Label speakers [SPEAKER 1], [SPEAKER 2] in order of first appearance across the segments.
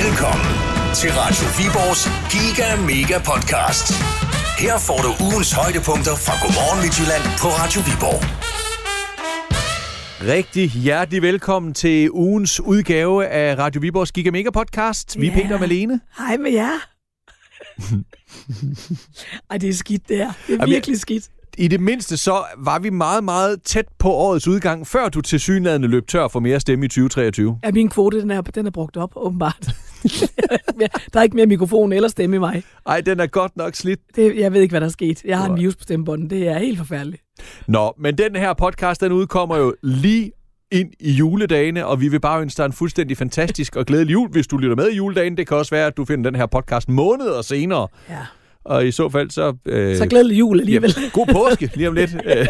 [SPEAKER 1] Velkommen til Radio Viborgs Giga Mega Podcast. Her får du ugens højdepunkter fra Godmorgen Midtjylland på Radio Viborg.
[SPEAKER 2] Rigtig hjertelig velkommen til ugens udgave af Radio Viborgs Giga Mega Podcast. Vi er
[SPEAKER 3] Ja.
[SPEAKER 2] Peter og Malene.
[SPEAKER 3] Hej med jer. Ej, det er skidt, det her. Det er
[SPEAKER 2] jeg-
[SPEAKER 3] virkelig skidt.
[SPEAKER 2] I det mindste så var vi meget, meget tæt på årets udgang, før du til synlædende løb tør for mere stemme i 2023.
[SPEAKER 3] Ja, min kvote, den er, den er brugt op, åbenbart. der er ikke mere mikrofon eller stemme i mig.
[SPEAKER 2] Ej, den er godt nok slidt.
[SPEAKER 3] Det, jeg ved ikke, hvad der er sket. Jeg har en virus på stemmebånden. Det er helt forfærdeligt.
[SPEAKER 2] Nå, men den her podcast, den udkommer jo lige ind i juledagene, og vi vil bare ønske dig en fuldstændig fantastisk og glædelig jul, hvis du lytter med i juledagen. Det kan også være, at du finder den her podcast måneder senere,
[SPEAKER 3] Ja.
[SPEAKER 2] og i så fald så... Øh,
[SPEAKER 3] Så glædelig jul alligevel.
[SPEAKER 2] Jamen, god påske lige om lidt. Øh,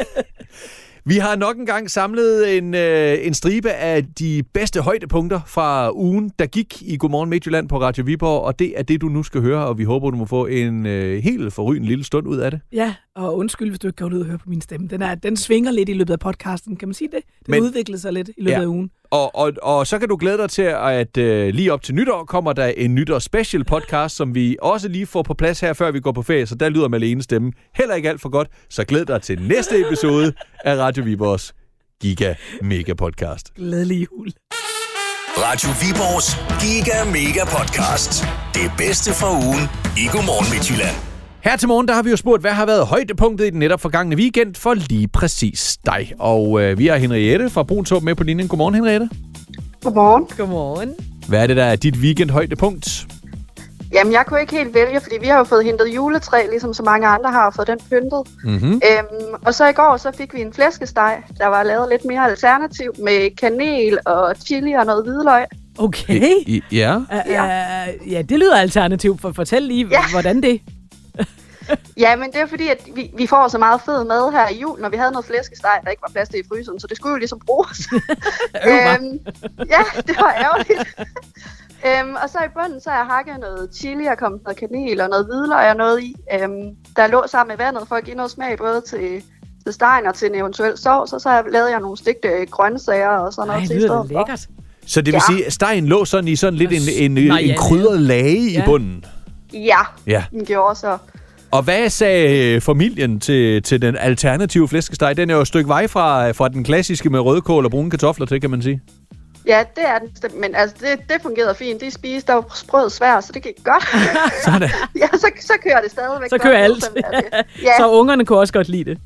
[SPEAKER 2] Vi har nok engang samlet en, øh, en stribe af de bedste højdepunkter fra ugen, der gik i Godmorgen Midtjylland på Radio Viborg, og det er det, du nu skal høre, og vi håber, du må få en øh, helt forrygende lille stund ud af det.
[SPEAKER 3] Ja, og undskyld, hvis du ikke kan holde ud og høre på min stemme. Den, er, den svinger lidt i løbet af podcasten, kan man sige det? Den
[SPEAKER 2] Men-
[SPEAKER 3] Men... udvikler sig lidt i løbet
[SPEAKER 2] Ja.
[SPEAKER 3] ja. af ugen.
[SPEAKER 2] Og, og, og så kan du glæde dig til, at øh, lige op til nytår kommer der en nytårsspecial podcast, som vi også lige får på plads her, før vi går på ferie, så der lyder Malene stemme heller ikke alt for godt. Så glæd dig til næste episode af Radio Viborgs Giga Mega Podcast.
[SPEAKER 3] Glædelig jul.
[SPEAKER 1] Radio Viborgs Giga Mega Podcast. Det bedste fra ugen i Godmorgen Midtjylland.
[SPEAKER 2] Her til morgen, der har vi jo spurgt, hvad har været højdepunktet i den netop forgangne weekend for lige præcis dig. Og øh, vi har Henriette fra Bruntorp med på linjen. Godmorgen, Henriette.
[SPEAKER 4] Godmorgen.
[SPEAKER 5] Godmorgen.
[SPEAKER 2] Hvad er det, der er dit weekendhøjdepunkt?
[SPEAKER 4] Jamen, jeg kunne ikke helt vælge, fordi vi har jo fået hentet juletræ, ligesom så mange andre har og fået den pyntet.
[SPEAKER 2] Mm-hmm.
[SPEAKER 4] Øhm, og så i går, så fik vi en flæskesteg, der var lavet lidt mere alternativ med kanel og chili og noget hvidløg.
[SPEAKER 3] Okay.
[SPEAKER 2] Ja.
[SPEAKER 3] Uh, uh, ja, det lyder alternativt. For fortæl lige, ja. hvordan det...
[SPEAKER 4] Ja, men det er fordi, at vi, vi får så meget fed mad her i julen, og vi havde noget flæskesteg, der ikke var plads til i fryseren, så det skulle jo ligesom bruges. øhm, ja, det var ærgerligt. øhm, og så i bunden, så har jeg hakket noget chili og kommet noget kanel og noget hvidløg og noget i, øhm, der lå sammen med vandet for at give noget smag både til, til stegen og til en eventuel sovs, og så har jeg- lavede jeg nogle stegte øh, grøntsager og sådan noget
[SPEAKER 3] Ej,
[SPEAKER 4] til
[SPEAKER 3] det
[SPEAKER 4] i
[SPEAKER 3] lyder
[SPEAKER 4] stedet
[SPEAKER 3] da
[SPEAKER 4] for.
[SPEAKER 3] lækkert.
[SPEAKER 2] Så det vil
[SPEAKER 4] Ja.
[SPEAKER 2] sige, at stegen lå sådan i sådan lidt en, en,
[SPEAKER 3] Nej, ja,
[SPEAKER 2] en
[SPEAKER 3] det-
[SPEAKER 2] krydret lage i
[SPEAKER 3] Ja.
[SPEAKER 2] bunden.
[SPEAKER 4] Ja,
[SPEAKER 2] Ja.
[SPEAKER 4] den gjorde så.
[SPEAKER 2] Og hvad sagde øh, familien til, til den alternative flæskesteg? Den er jo et stykke vej fra, øh, fra den klassiske med rødkål og brune kartofler til, kan man sige.
[SPEAKER 4] Ja, det er den bestemt, men altså, det, det fungerede fint. De spiste, der var sprød svær, så det gik godt.
[SPEAKER 2] Sådan.
[SPEAKER 4] Ja, så, så kører det stadigvæk.
[SPEAKER 3] Så
[SPEAKER 4] godt
[SPEAKER 3] kører
[SPEAKER 4] ned,
[SPEAKER 3] alt.
[SPEAKER 4] sådan er det. Ja,
[SPEAKER 3] Så ungerne kunne også godt lide det.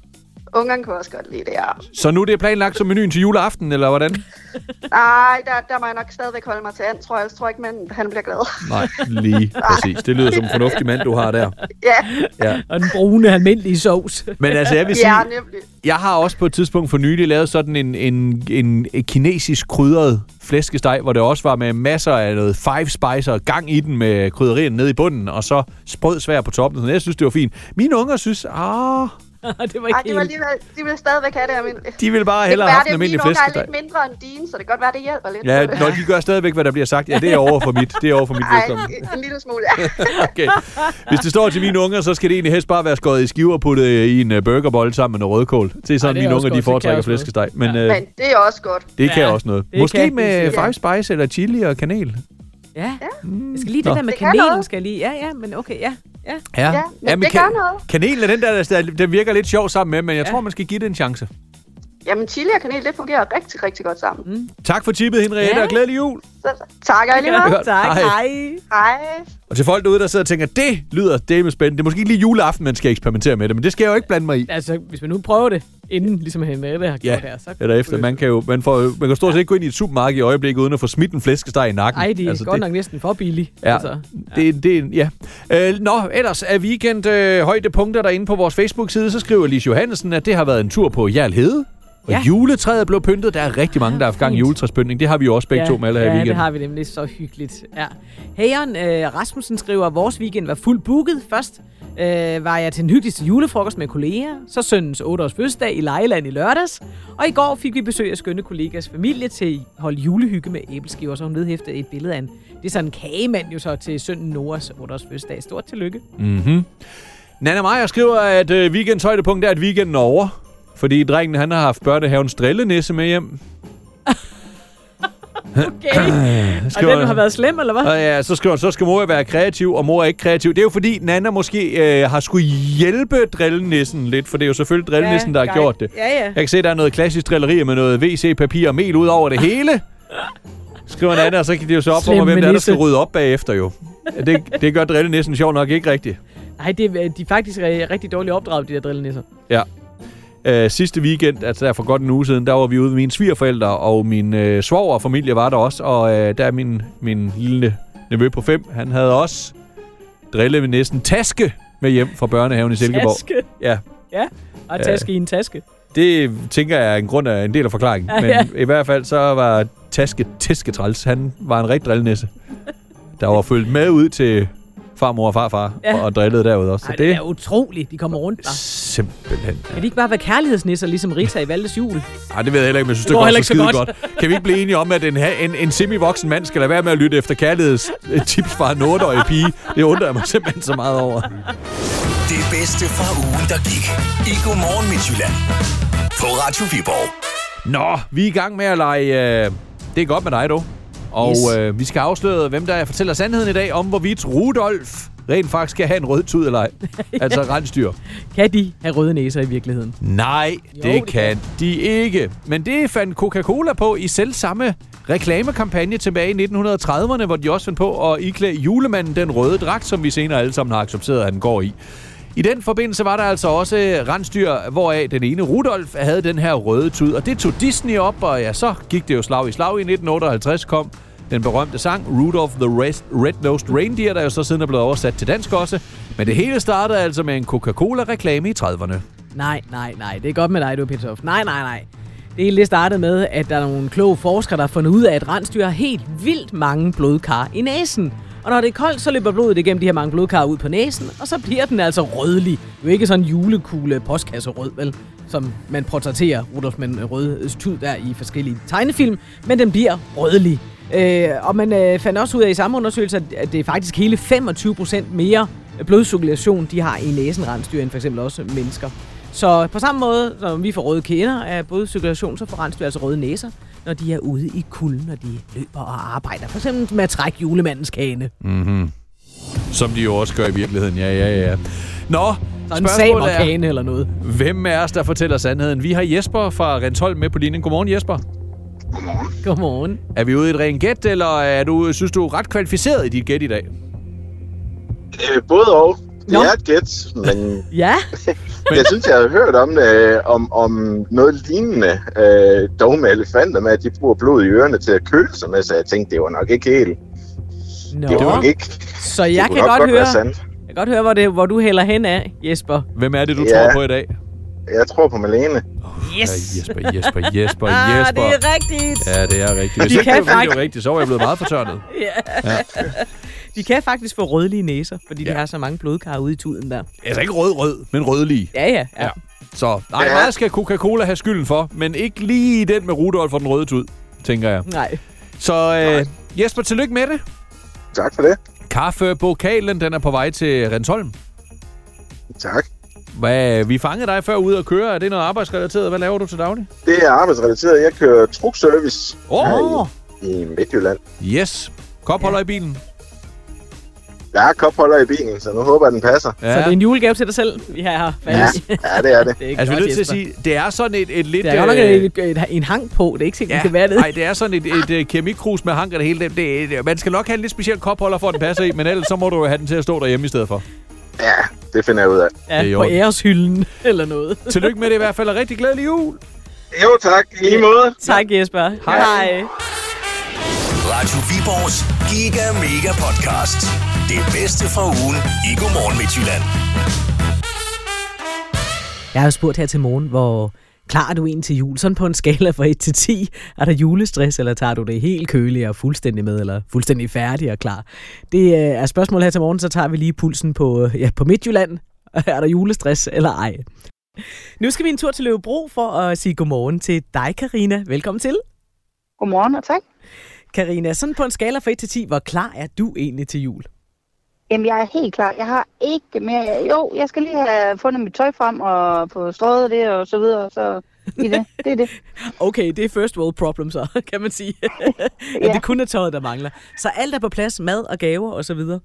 [SPEAKER 4] ungerne kunne også godt lide det, ja.
[SPEAKER 2] Så nu er det planlagt som menuen til juleaften, eller hvordan?
[SPEAKER 4] Nej, der, der må jeg nok stadigvæk holde mig til and, tror jeg. Jeg tror ikke, men han bliver glad.
[SPEAKER 2] Nej, lige præcis. Det lyder som en fornuftig mand, du har der.
[SPEAKER 4] ja,
[SPEAKER 2] Ja.
[SPEAKER 3] Og den brune, almindelige sovs.
[SPEAKER 2] Men altså, jeg vil sige,
[SPEAKER 4] ja, nemlig.
[SPEAKER 2] jeg har også på et tidspunkt for nylig lavet sådan en, en, en, en kinesisk krydret flæskesteg, hvor det også var med masser af noget five spice og gang i den med krydderien nede i bunden, og så sprød svær på toppen. Sådan, Jeg synes, det var fint. Mine unger synes, ah,
[SPEAKER 3] det var
[SPEAKER 4] Ej,
[SPEAKER 3] ikke
[SPEAKER 4] de, var
[SPEAKER 3] helt...
[SPEAKER 4] alligevel, de vil stadigvæk have det almindeligt.
[SPEAKER 2] de ville bare
[SPEAKER 4] Det kan
[SPEAKER 2] hellere have
[SPEAKER 4] være,
[SPEAKER 2] haft en
[SPEAKER 4] det er
[SPEAKER 2] almindelig
[SPEAKER 4] nogle gange
[SPEAKER 2] flæskesteg.
[SPEAKER 4] lidt mindre end dine, så det kan godt være, det hjælper lidt.
[SPEAKER 2] Ja,
[SPEAKER 4] på det.
[SPEAKER 2] når de gør stadigvæk, hvad der bliver sagt. Ja, det er over for mit. Det er over for mit
[SPEAKER 4] Ej,
[SPEAKER 2] vedkommende.
[SPEAKER 4] en lille smule. Ja.
[SPEAKER 2] Okay. Hvis det står til mine unger, så skal det egentlig helst bare være skåret i skiver og puttet øh, i en øh, burgerbold sammen med noget rødkål. Det er sådan,
[SPEAKER 3] det er
[SPEAKER 2] mine
[SPEAKER 3] også
[SPEAKER 2] unger de
[SPEAKER 3] godt. Det kan
[SPEAKER 2] foretrækker
[SPEAKER 3] også noget.
[SPEAKER 2] flæskesteg. Men, øh,
[SPEAKER 4] Men det er også godt.
[SPEAKER 2] Det kan
[SPEAKER 3] Ja,
[SPEAKER 2] også noget.
[SPEAKER 3] det
[SPEAKER 2] Måske
[SPEAKER 3] kan
[SPEAKER 2] med
[SPEAKER 3] det sikkert.
[SPEAKER 2] five spice eller chili og kanel.
[SPEAKER 3] Ja. Jeg skal lige
[SPEAKER 2] Nå.
[SPEAKER 3] det der med
[SPEAKER 4] Det kan
[SPEAKER 3] kanelen,
[SPEAKER 4] noget.
[SPEAKER 3] skal jeg lige. Ja, ja, men okay, ja. ja.
[SPEAKER 4] Ja, men det gør noget.
[SPEAKER 2] Kanelen er den der, der, den virker lidt sjov sammen med, men jeg ja. tror, man skal give det en chance.
[SPEAKER 4] Jamen, chili og kanel, det fungerer rigtig, rigtig godt sammen. Mm.
[SPEAKER 2] Tak for tippet, Henriette, ja.
[SPEAKER 3] Ja.
[SPEAKER 2] og glædelig jul.
[SPEAKER 4] Så tak, og i lige meget.
[SPEAKER 2] Godt.
[SPEAKER 3] Tak,
[SPEAKER 2] Hej.
[SPEAKER 3] hej.
[SPEAKER 4] Hej.
[SPEAKER 2] Og til folk derude, der sidder og tænker, det lyder dame spændende. Det er måske ikke lige juleaften, man skal eksperimentere med det, men det skal jeg jo ikke blande mig i.
[SPEAKER 3] Altså, hvis man nu prøver det, inden ligesom Henriette har gjort her, så...
[SPEAKER 2] eller efter. Man kan jo man får, man kan stort set ikke gå ind i et supermarked i øjeblikket, uden at få smidt en flæskesteg i nakken.
[SPEAKER 3] Ej, de er altså, godt
[SPEAKER 2] det,
[SPEAKER 3] det... nok næsten for billige.
[SPEAKER 2] Ja,
[SPEAKER 3] Altså.
[SPEAKER 2] det, det, er en- ja. Øh, nå, ellers er weekend øh, højdepunkter derinde på vores Facebook-side, så skriver Lise Johansen, at det har været en tur på Jarl Hede. Og ja.
[SPEAKER 3] Ja.
[SPEAKER 2] juletræet blev pyntet. Der er rigtig mange, der har haft gang i
[SPEAKER 3] fint.
[SPEAKER 2] juletræspyntning. Det har vi jo også begge
[SPEAKER 3] ja,
[SPEAKER 2] to med alle her i
[SPEAKER 3] ja,
[SPEAKER 2] weekenden.
[SPEAKER 3] det har vi nemlig så hyggeligt. Ja. Hageren øh, Rasmussen skriver, at vores weekend var fuldt booket. Først øh, var jeg til den hyggeligste julefrokost med kolleger, så søndens 8-års fødselsdag i Lejland i lørdags, og i går fik vi besøg af skønne kollegas familie til holde julehygge med æbleskiver, så hun vedhæftede et billede af en, det er sådan en kagemand jo så til sønnen Noras 8-års fødselsdag. Stort tillykke.
[SPEAKER 2] Nana Mhm. Meyer skriver, at øh, weekends højdepunkt er, at weekenden er over. Fordi drengen, han har haft børnehavens drillenisse med hjem.
[SPEAKER 3] Okay. Og
[SPEAKER 2] Skriver-
[SPEAKER 3] den har været slem, eller hvad?
[SPEAKER 2] Og ja, så skriver hun, så skal mor jo være kreativ, og mor er ikke kreativ. Det er jo fordi, Nana måske øh, har skulle hjælpe drillenissen lidt, for det er jo selvfølgelig drillenissen, ja, der har
[SPEAKER 3] guide.
[SPEAKER 2] gjort det.
[SPEAKER 3] Ja, ja.
[SPEAKER 2] Jeg kan se, der er noget klassisk drilleri med noget WC-papir og mel ud over det hele. Skriver Nana, og så kan det jo så op
[SPEAKER 3] Slemme
[SPEAKER 2] for, hvem det er, der
[SPEAKER 3] nisse.
[SPEAKER 2] skal rydde op bagefter jo. Ja, Det, det gør drillenissen sjov nok ikke rigtigt.
[SPEAKER 3] Nej, det, er- de er faktisk øh, rigtig dårligt opdraget, de der drillenisser.
[SPEAKER 2] Ja. Øh, sidste weekend, altså der for godt en uge siden, der var vi ude med mine svigerforældre, og min øh, svoger og familie var der også, og øh, der er min, min lille nevø på fem, han havde også drillet med næsten taske med hjem fra børnehaven i Silkeborg.
[SPEAKER 3] Taske.
[SPEAKER 2] Ja,
[SPEAKER 3] Ja, og taske i en taske.
[SPEAKER 2] det tænker jeg er en grund af en del af forklaringen,
[SPEAKER 3] Ja,
[SPEAKER 2] men
[SPEAKER 3] ja.
[SPEAKER 2] i hvert fald så var taske tæsketræls, han var en rigtig drillenisse, der var følt med ud til farmor og farfar
[SPEAKER 3] Ja.
[SPEAKER 2] ja. og drillede derude også. Så
[SPEAKER 3] Ej,
[SPEAKER 2] det,
[SPEAKER 3] det er utroligt, de kommer rundt der.
[SPEAKER 2] simpelthen
[SPEAKER 3] Kan de ikke bare være kærlighedsnisser, ligesom Rita i Valdes jul?
[SPEAKER 2] Nej, det ved jeg heller ikke, men jeg synes, det,
[SPEAKER 3] går
[SPEAKER 2] går,
[SPEAKER 3] heller
[SPEAKER 2] så
[SPEAKER 3] ikke
[SPEAKER 2] skide
[SPEAKER 3] så
[SPEAKER 2] godt. Kan vi ikke blive enige om, at en, ha- en, en semi-voksen mand skal lade være med at lytte efter kærlighedstips fra en 8-årig pige? Det undrer jeg mig simpelthen så meget over.
[SPEAKER 1] Det bedste fra ugen, der gik. I Godmorgen Midtjylland. På Radio Viborg.
[SPEAKER 2] Nå, vi er i gang med at lege... Øh, det er godt med dig, dog. Og
[SPEAKER 3] Yes.
[SPEAKER 2] yes. øh, vi skal afsløre, hvem der fortæller sandheden i dag om, hvorvidt Rudolf rent faktisk skal have en rød tud eller ej. Altså rensdyr.
[SPEAKER 3] Kan de have røde næser i virkeligheden?
[SPEAKER 2] Nej,
[SPEAKER 3] Jo,
[SPEAKER 2] jo,
[SPEAKER 3] det
[SPEAKER 2] det
[SPEAKER 3] kan.
[SPEAKER 2] kan de ikke. Men det fandt Coca-Cola på i selv samme reklamekampagne tilbage i 1930'erne, hvor de også fandt på at iklæde julemanden den røde dragt, som vi senere alle sammen har accepteret, at han går i. I den forbindelse var der altså også øh, rensdyr, hvoraf den ene, Rudolf, havde den her røde tud. Og det tog Disney op, og ja, så gik det jo slag i slag. I 1958 kom den berømte sang Rudolph the Res- Red-Nosed Reindeer, der jo så siden er blevet oversat til dansk også. Men det hele startede altså med en Coca-Cola-reklame i 30'erne.
[SPEAKER 3] Nej, nej, nej. Det er godt med dig, du Peter Hoff. Nej, nej, nej. Det hele det startede med, at der er nogle kloge forskere, der har fundet ud af, at rensdyr har helt vildt mange blodkar i næsen. Og når det er koldt, så løber blodet igennem de her mange blodkar ud på næsen, og så bliver den altså rødlig. Jo ikke sådan julekugle postkasse rød, vel? Som man portrætterer Rudolf med den røde tud der i forskellige tegnefilm, men den bliver rødlig. Øh, og man øh, fandt også ud af i samme undersøgelse, at- at det er faktisk hele 25% mere blodcirkulation, de har i næsen rensdyr, end for eksempel også mennesker. Så på samme måde, når vi får røde kender af både cirkulation, så får rensdyr altså røde næser, når de er ude i kulden, når de løber og arbejder. For eksempel med at trække julemandens kane.
[SPEAKER 2] Mm. Som de jo også gør i virkeligheden, ja, ja, ja. Nå,
[SPEAKER 3] Så en
[SPEAKER 2] spørgsmålet er,
[SPEAKER 3] samerkane eller noget.
[SPEAKER 2] hvem af os, der fortæller sandheden? Vi har Jesper fra Rentholm med på linjen. Godmorgen, Jesper.
[SPEAKER 3] Godmorgen.
[SPEAKER 2] Er vi ude i et rent gæt, eller er du, synes du er ret kvalificeret i dit gæt i dag?
[SPEAKER 5] Øh, både og. Det
[SPEAKER 3] Nå.
[SPEAKER 5] er et gæt, men
[SPEAKER 3] Ja,
[SPEAKER 5] jeg synes, jeg har hørt om, øh, om, om noget lignende. Øh, dog med elefanter med, at de bruger blod i ørerne til at køle sig med, så jeg tænkte, det var nok ikke helt.
[SPEAKER 3] Nå.
[SPEAKER 5] Det var nok ikke.
[SPEAKER 3] så jeg
[SPEAKER 5] det kunne
[SPEAKER 3] kan
[SPEAKER 5] nok
[SPEAKER 3] godt, høre,
[SPEAKER 5] være sandt.
[SPEAKER 3] jeg kan godt høre, hvor, det, hvor du hælder hen af, Jesper.
[SPEAKER 2] Hvem er det, du
[SPEAKER 5] Ja.
[SPEAKER 2] tror på i dag?
[SPEAKER 5] Jeg tror på Malene.
[SPEAKER 2] Ja, Jesper, Jesper, Jesper,
[SPEAKER 3] Ah,
[SPEAKER 2] Jesper.
[SPEAKER 3] det er rigtigt. Ja.
[SPEAKER 2] Ja, det er rigtigt. Hvis
[SPEAKER 3] De
[SPEAKER 2] ikke
[SPEAKER 3] kan
[SPEAKER 2] det var
[SPEAKER 3] faktisk-
[SPEAKER 2] det rigtigt, så var jeg blevet meget fortørnet.
[SPEAKER 3] De kan faktisk få rødlige næser, fordi ja. de
[SPEAKER 2] Ja.
[SPEAKER 3] har så mange blodkar ude i tuden der.
[SPEAKER 2] Altså ikke rød-rød, men rødlig.
[SPEAKER 3] Ja, ja. ja.
[SPEAKER 2] Ja. Så nej,
[SPEAKER 5] Ja.
[SPEAKER 2] meget skal Coca-Cola have skylden for, men ikke lige den med Rudolf og den røde tud, tænker jeg.
[SPEAKER 3] Nej.
[SPEAKER 2] Så øh, Jesper, tillykke med det.
[SPEAKER 5] Tak for det.
[SPEAKER 2] Kaffebokalen, den er på vej til Rensholm.
[SPEAKER 5] Tak.
[SPEAKER 2] Hvad, vi fangede dig før ude at køre. Er det noget arbejdsrelateret? Hvad laver du til daglig?
[SPEAKER 5] Det er arbejdsrelateret. Jeg kører truckservice
[SPEAKER 2] Åh!
[SPEAKER 5] her i, i Midtjylland.
[SPEAKER 2] Yes. Kopholder ja. i bilen.
[SPEAKER 5] Der er kopholder i bilen, så nu håber jeg, den passer.
[SPEAKER 3] Så det er en julegave til dig selv, vi har her.
[SPEAKER 5] Ja, ja det er det.
[SPEAKER 3] Det er
[SPEAKER 2] Altså, vi er
[SPEAKER 3] godt,
[SPEAKER 2] nødt til at
[SPEAKER 3] Jesper.
[SPEAKER 2] sige, det er sådan et, et lidt...
[SPEAKER 3] Der er godt nok
[SPEAKER 2] øh,
[SPEAKER 3] en, en, en hang på. Det er ikke sikkert, ja. det kan være det.
[SPEAKER 2] Nej, det er sådan et, et, et keramikkrus med hank og det hele. Det, det, det- man skal nok have en lidt speciel kopholder for, at den passer i, men ellers så må du jo have den til at stå derhjemme i stedet for.
[SPEAKER 5] Ja, det finder jeg ud af.
[SPEAKER 3] Ja,
[SPEAKER 2] det er i
[SPEAKER 3] på
[SPEAKER 2] orden.
[SPEAKER 3] æreshylden eller noget.
[SPEAKER 2] Tillykke med det i hvert fald, og rigtig glædelig jul!
[SPEAKER 5] Jo tak, i lige måde.
[SPEAKER 3] Tak, Jesper.
[SPEAKER 2] Hej.
[SPEAKER 3] Hej.
[SPEAKER 1] Radio Viborgs Giga Mega Podcast. Det bedste fra ugen i Godmorgen Midtjylland.
[SPEAKER 3] Jeg har jo spurgt her til morgen, hvor klar er du en til jul? Sådan på en skala fra 1 til 10. Er der julestress, eller tager du det helt køligt og fuldstændig med, eller fuldstændig færdig og klar? Det øh, er spørgsmål her til morgen, så tager vi lige pulsen på, øh, ja, på Midtjylland. er der julestress eller ej? Nu skal vi en tur til Løvebro for at sige godmorgen til dig, Karina. Velkommen til.
[SPEAKER 6] Godmorgen og tak.
[SPEAKER 3] Karina, sådan på en skala fra 1 til 10, hvor klar er du egentlig til jul?
[SPEAKER 6] Jamen, jeg er helt klar. Jeg har ikke mere... Jo, jeg skal lige have fundet mit tøj frem og få strøget det og så videre, så i det. Det er det.
[SPEAKER 3] Okay, det er first world problem så, kan man sige. At ja. det kun er tøjet, der mangler. Så alt er på plads, mad og gaver og så videre.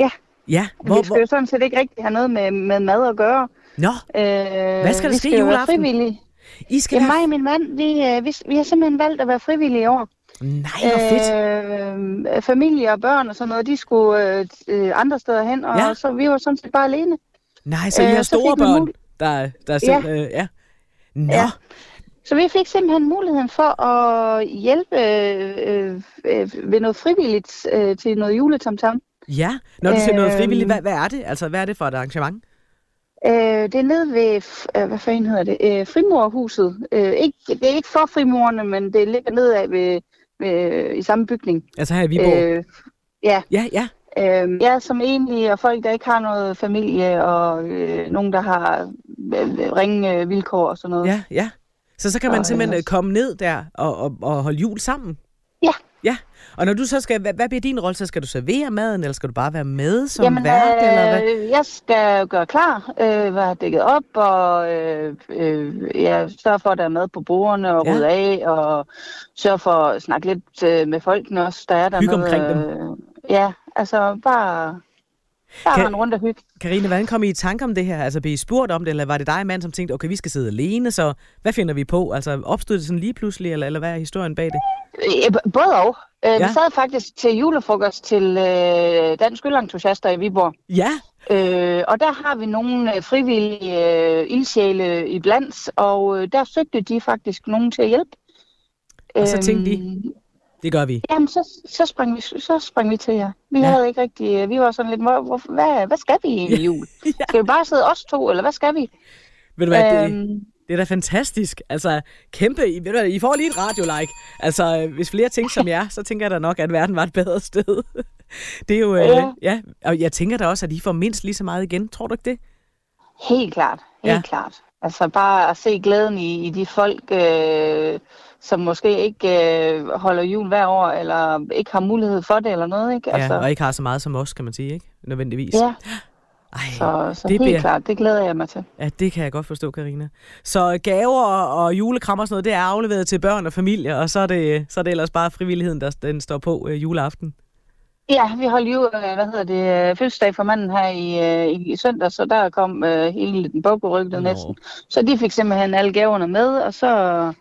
[SPEAKER 6] Ja.
[SPEAKER 3] Ja,
[SPEAKER 6] Hvor,
[SPEAKER 3] hvor,
[SPEAKER 6] vi skal
[SPEAKER 3] hvor...
[SPEAKER 6] jo sådan set ikke rigtig have noget med, med mad at gøre.
[SPEAKER 3] Nå,
[SPEAKER 6] Øh,
[SPEAKER 3] Hvad skal der
[SPEAKER 6] vi
[SPEAKER 3] ske
[SPEAKER 6] jo være
[SPEAKER 3] juleaften?
[SPEAKER 6] frivillige.
[SPEAKER 3] I skal
[SPEAKER 6] Ja,
[SPEAKER 3] være...
[SPEAKER 6] mig og min mand, vi, øh, vi, vi har simpelthen valgt at være frivillige i år.
[SPEAKER 3] Nej, hvor fedt.
[SPEAKER 6] Øh, familie og børn og sådan noget, de skulle øh, øh, andre steder hen, og
[SPEAKER 3] Ja.
[SPEAKER 6] ja. så vi var sådan set bare alene.
[SPEAKER 3] Nej, så I
[SPEAKER 6] øh,
[SPEAKER 3] har
[SPEAKER 6] så fik
[SPEAKER 3] store
[SPEAKER 6] man
[SPEAKER 3] børn,
[SPEAKER 6] mul-
[SPEAKER 3] der, der selv... Ja. Øh, ja. Nå, ja.
[SPEAKER 6] Ja. Så vi fik simpelthen muligheden for at hjælpe øh, øh, ved noget frivilligt øh, til noget juletamtam.
[SPEAKER 3] ja. Når du siger noget
[SPEAKER 6] Øhm.
[SPEAKER 3] frivilligt, hvad, hvad er det? Altså, hvad er det for et arrangement?
[SPEAKER 6] Øh, det er nede ved, f- øh, hvad fanden hedder det, øh, frimorerhuset. Øh, ikke, det er ikke for frimorerne, men det ligger nede af ved, ved, i samme bygning.
[SPEAKER 3] Altså her i Viborg? Øh.
[SPEAKER 6] Øh, ja,
[SPEAKER 3] Ja, ja.
[SPEAKER 6] øh, ja, som egentlig, og folk, der ikke har noget familie, og øh, nogen, der har øh, ringe øh, vilkår og sådan noget.
[SPEAKER 3] Ja, ja. Så så kan man
[SPEAKER 6] Og
[SPEAKER 3] simpelthen øh,
[SPEAKER 6] ellers-
[SPEAKER 3] komme ned der og, og, og holde jul sammen?
[SPEAKER 6] Ja.
[SPEAKER 3] Ja, og når du så skal, hvad, hvad bliver din rolle så? Skal du servere maden, eller skal du bare være med som
[SPEAKER 6] Jamen,
[SPEAKER 3] vært,
[SPEAKER 6] øh,
[SPEAKER 3] eller hvad?
[SPEAKER 6] jeg skal gøre klar, øh, hvad jeg har dækket op, og øh, øh, jeg sørger for, at der er mad på bordene, og
[SPEAKER 3] Ja.
[SPEAKER 6] ja. rydde af, og sørger for at snakke lidt øh, med folkene også, der er der
[SPEAKER 3] Hygge omkring dem.
[SPEAKER 6] Ja, altså bare,
[SPEAKER 3] Kan-
[SPEAKER 6] bare kan... en rundt og hygge.
[SPEAKER 3] Karine, hvordan kom I i tanke om det her? Altså, blev I spurgt om det, eller var det dig, mand, som tænkte, okay, vi skal sidde alene, så hvad finder vi på? Altså, opstod det sådan lige pludselig, eller, eller hvad er historien bag det?
[SPEAKER 6] Øh, b- Både og. Øh, Vi
[SPEAKER 3] Ja.
[SPEAKER 6] sad faktisk til julefrokost til øh, Dansk Ølentusiaster i Viborg.
[SPEAKER 3] Ja,
[SPEAKER 6] Øh, og der har vi nogle øh, frivillige øh, ildsjæle iblandt, og øh, der søgte de faktisk nogen til at hjælpe.
[SPEAKER 3] Og så tænkte
[SPEAKER 6] Øhm,
[SPEAKER 3] det gør vi.
[SPEAKER 6] Jamen, så, så, sprang vi, så sprang vi til jer. Vi
[SPEAKER 3] Ja.
[SPEAKER 6] ja. havde ikke rigtig... øh, Vi var sådan lidt, hvor, hvor, hvad, hvad skal vi egentlig i jul? Skal vi bare sidde os to, eller hvad skal vi?
[SPEAKER 3] Ved du hvad, det,
[SPEAKER 6] Øhm,
[SPEAKER 3] det er da fantastisk. Altså, kæmpe, I, ved du hvad, I får lige et radio-like. Altså, øh, hvis flere tænker som jer, så tænker jeg da nok, at verden var et bedre sted. det er jo, øh, ja.
[SPEAKER 6] Ja.
[SPEAKER 3] ja, og jeg tænker da også, at I får mindst lige så meget igen. Tror du ikke det?
[SPEAKER 6] Helt klart, helt
[SPEAKER 3] Ja.
[SPEAKER 6] ja. klart. Altså bare at se glæden i, i de folk, øh, som måske ikke øh, holder jul hver år, eller ikke har mulighed for det eller noget, ikke? Altså,
[SPEAKER 3] Ja, og ikke har så meget som os, kan man sige, ikke? Nødvendigvis.
[SPEAKER 6] ja
[SPEAKER 3] Ej,
[SPEAKER 6] så, så
[SPEAKER 3] det
[SPEAKER 6] helt
[SPEAKER 3] bliver-
[SPEAKER 6] klart, det glæder jeg mig til.
[SPEAKER 3] Ja, det kan jeg godt forstå, Karina. Så gaver og, og julekrammer og sådan noget, det er afleveret til børn og familie, og så er det, så er det ellers bare frivilligheden, der den står på øh, juleaften.
[SPEAKER 6] Ja, vi holdt jo, øh, hvad hedder det, øh, fødselsdag for manden her i, øh, i, i søndag, så der kom øh, hele den boggerygtet
[SPEAKER 3] Nå.
[SPEAKER 6] næsten. Så de fik simpelthen alle gaverne med, og så,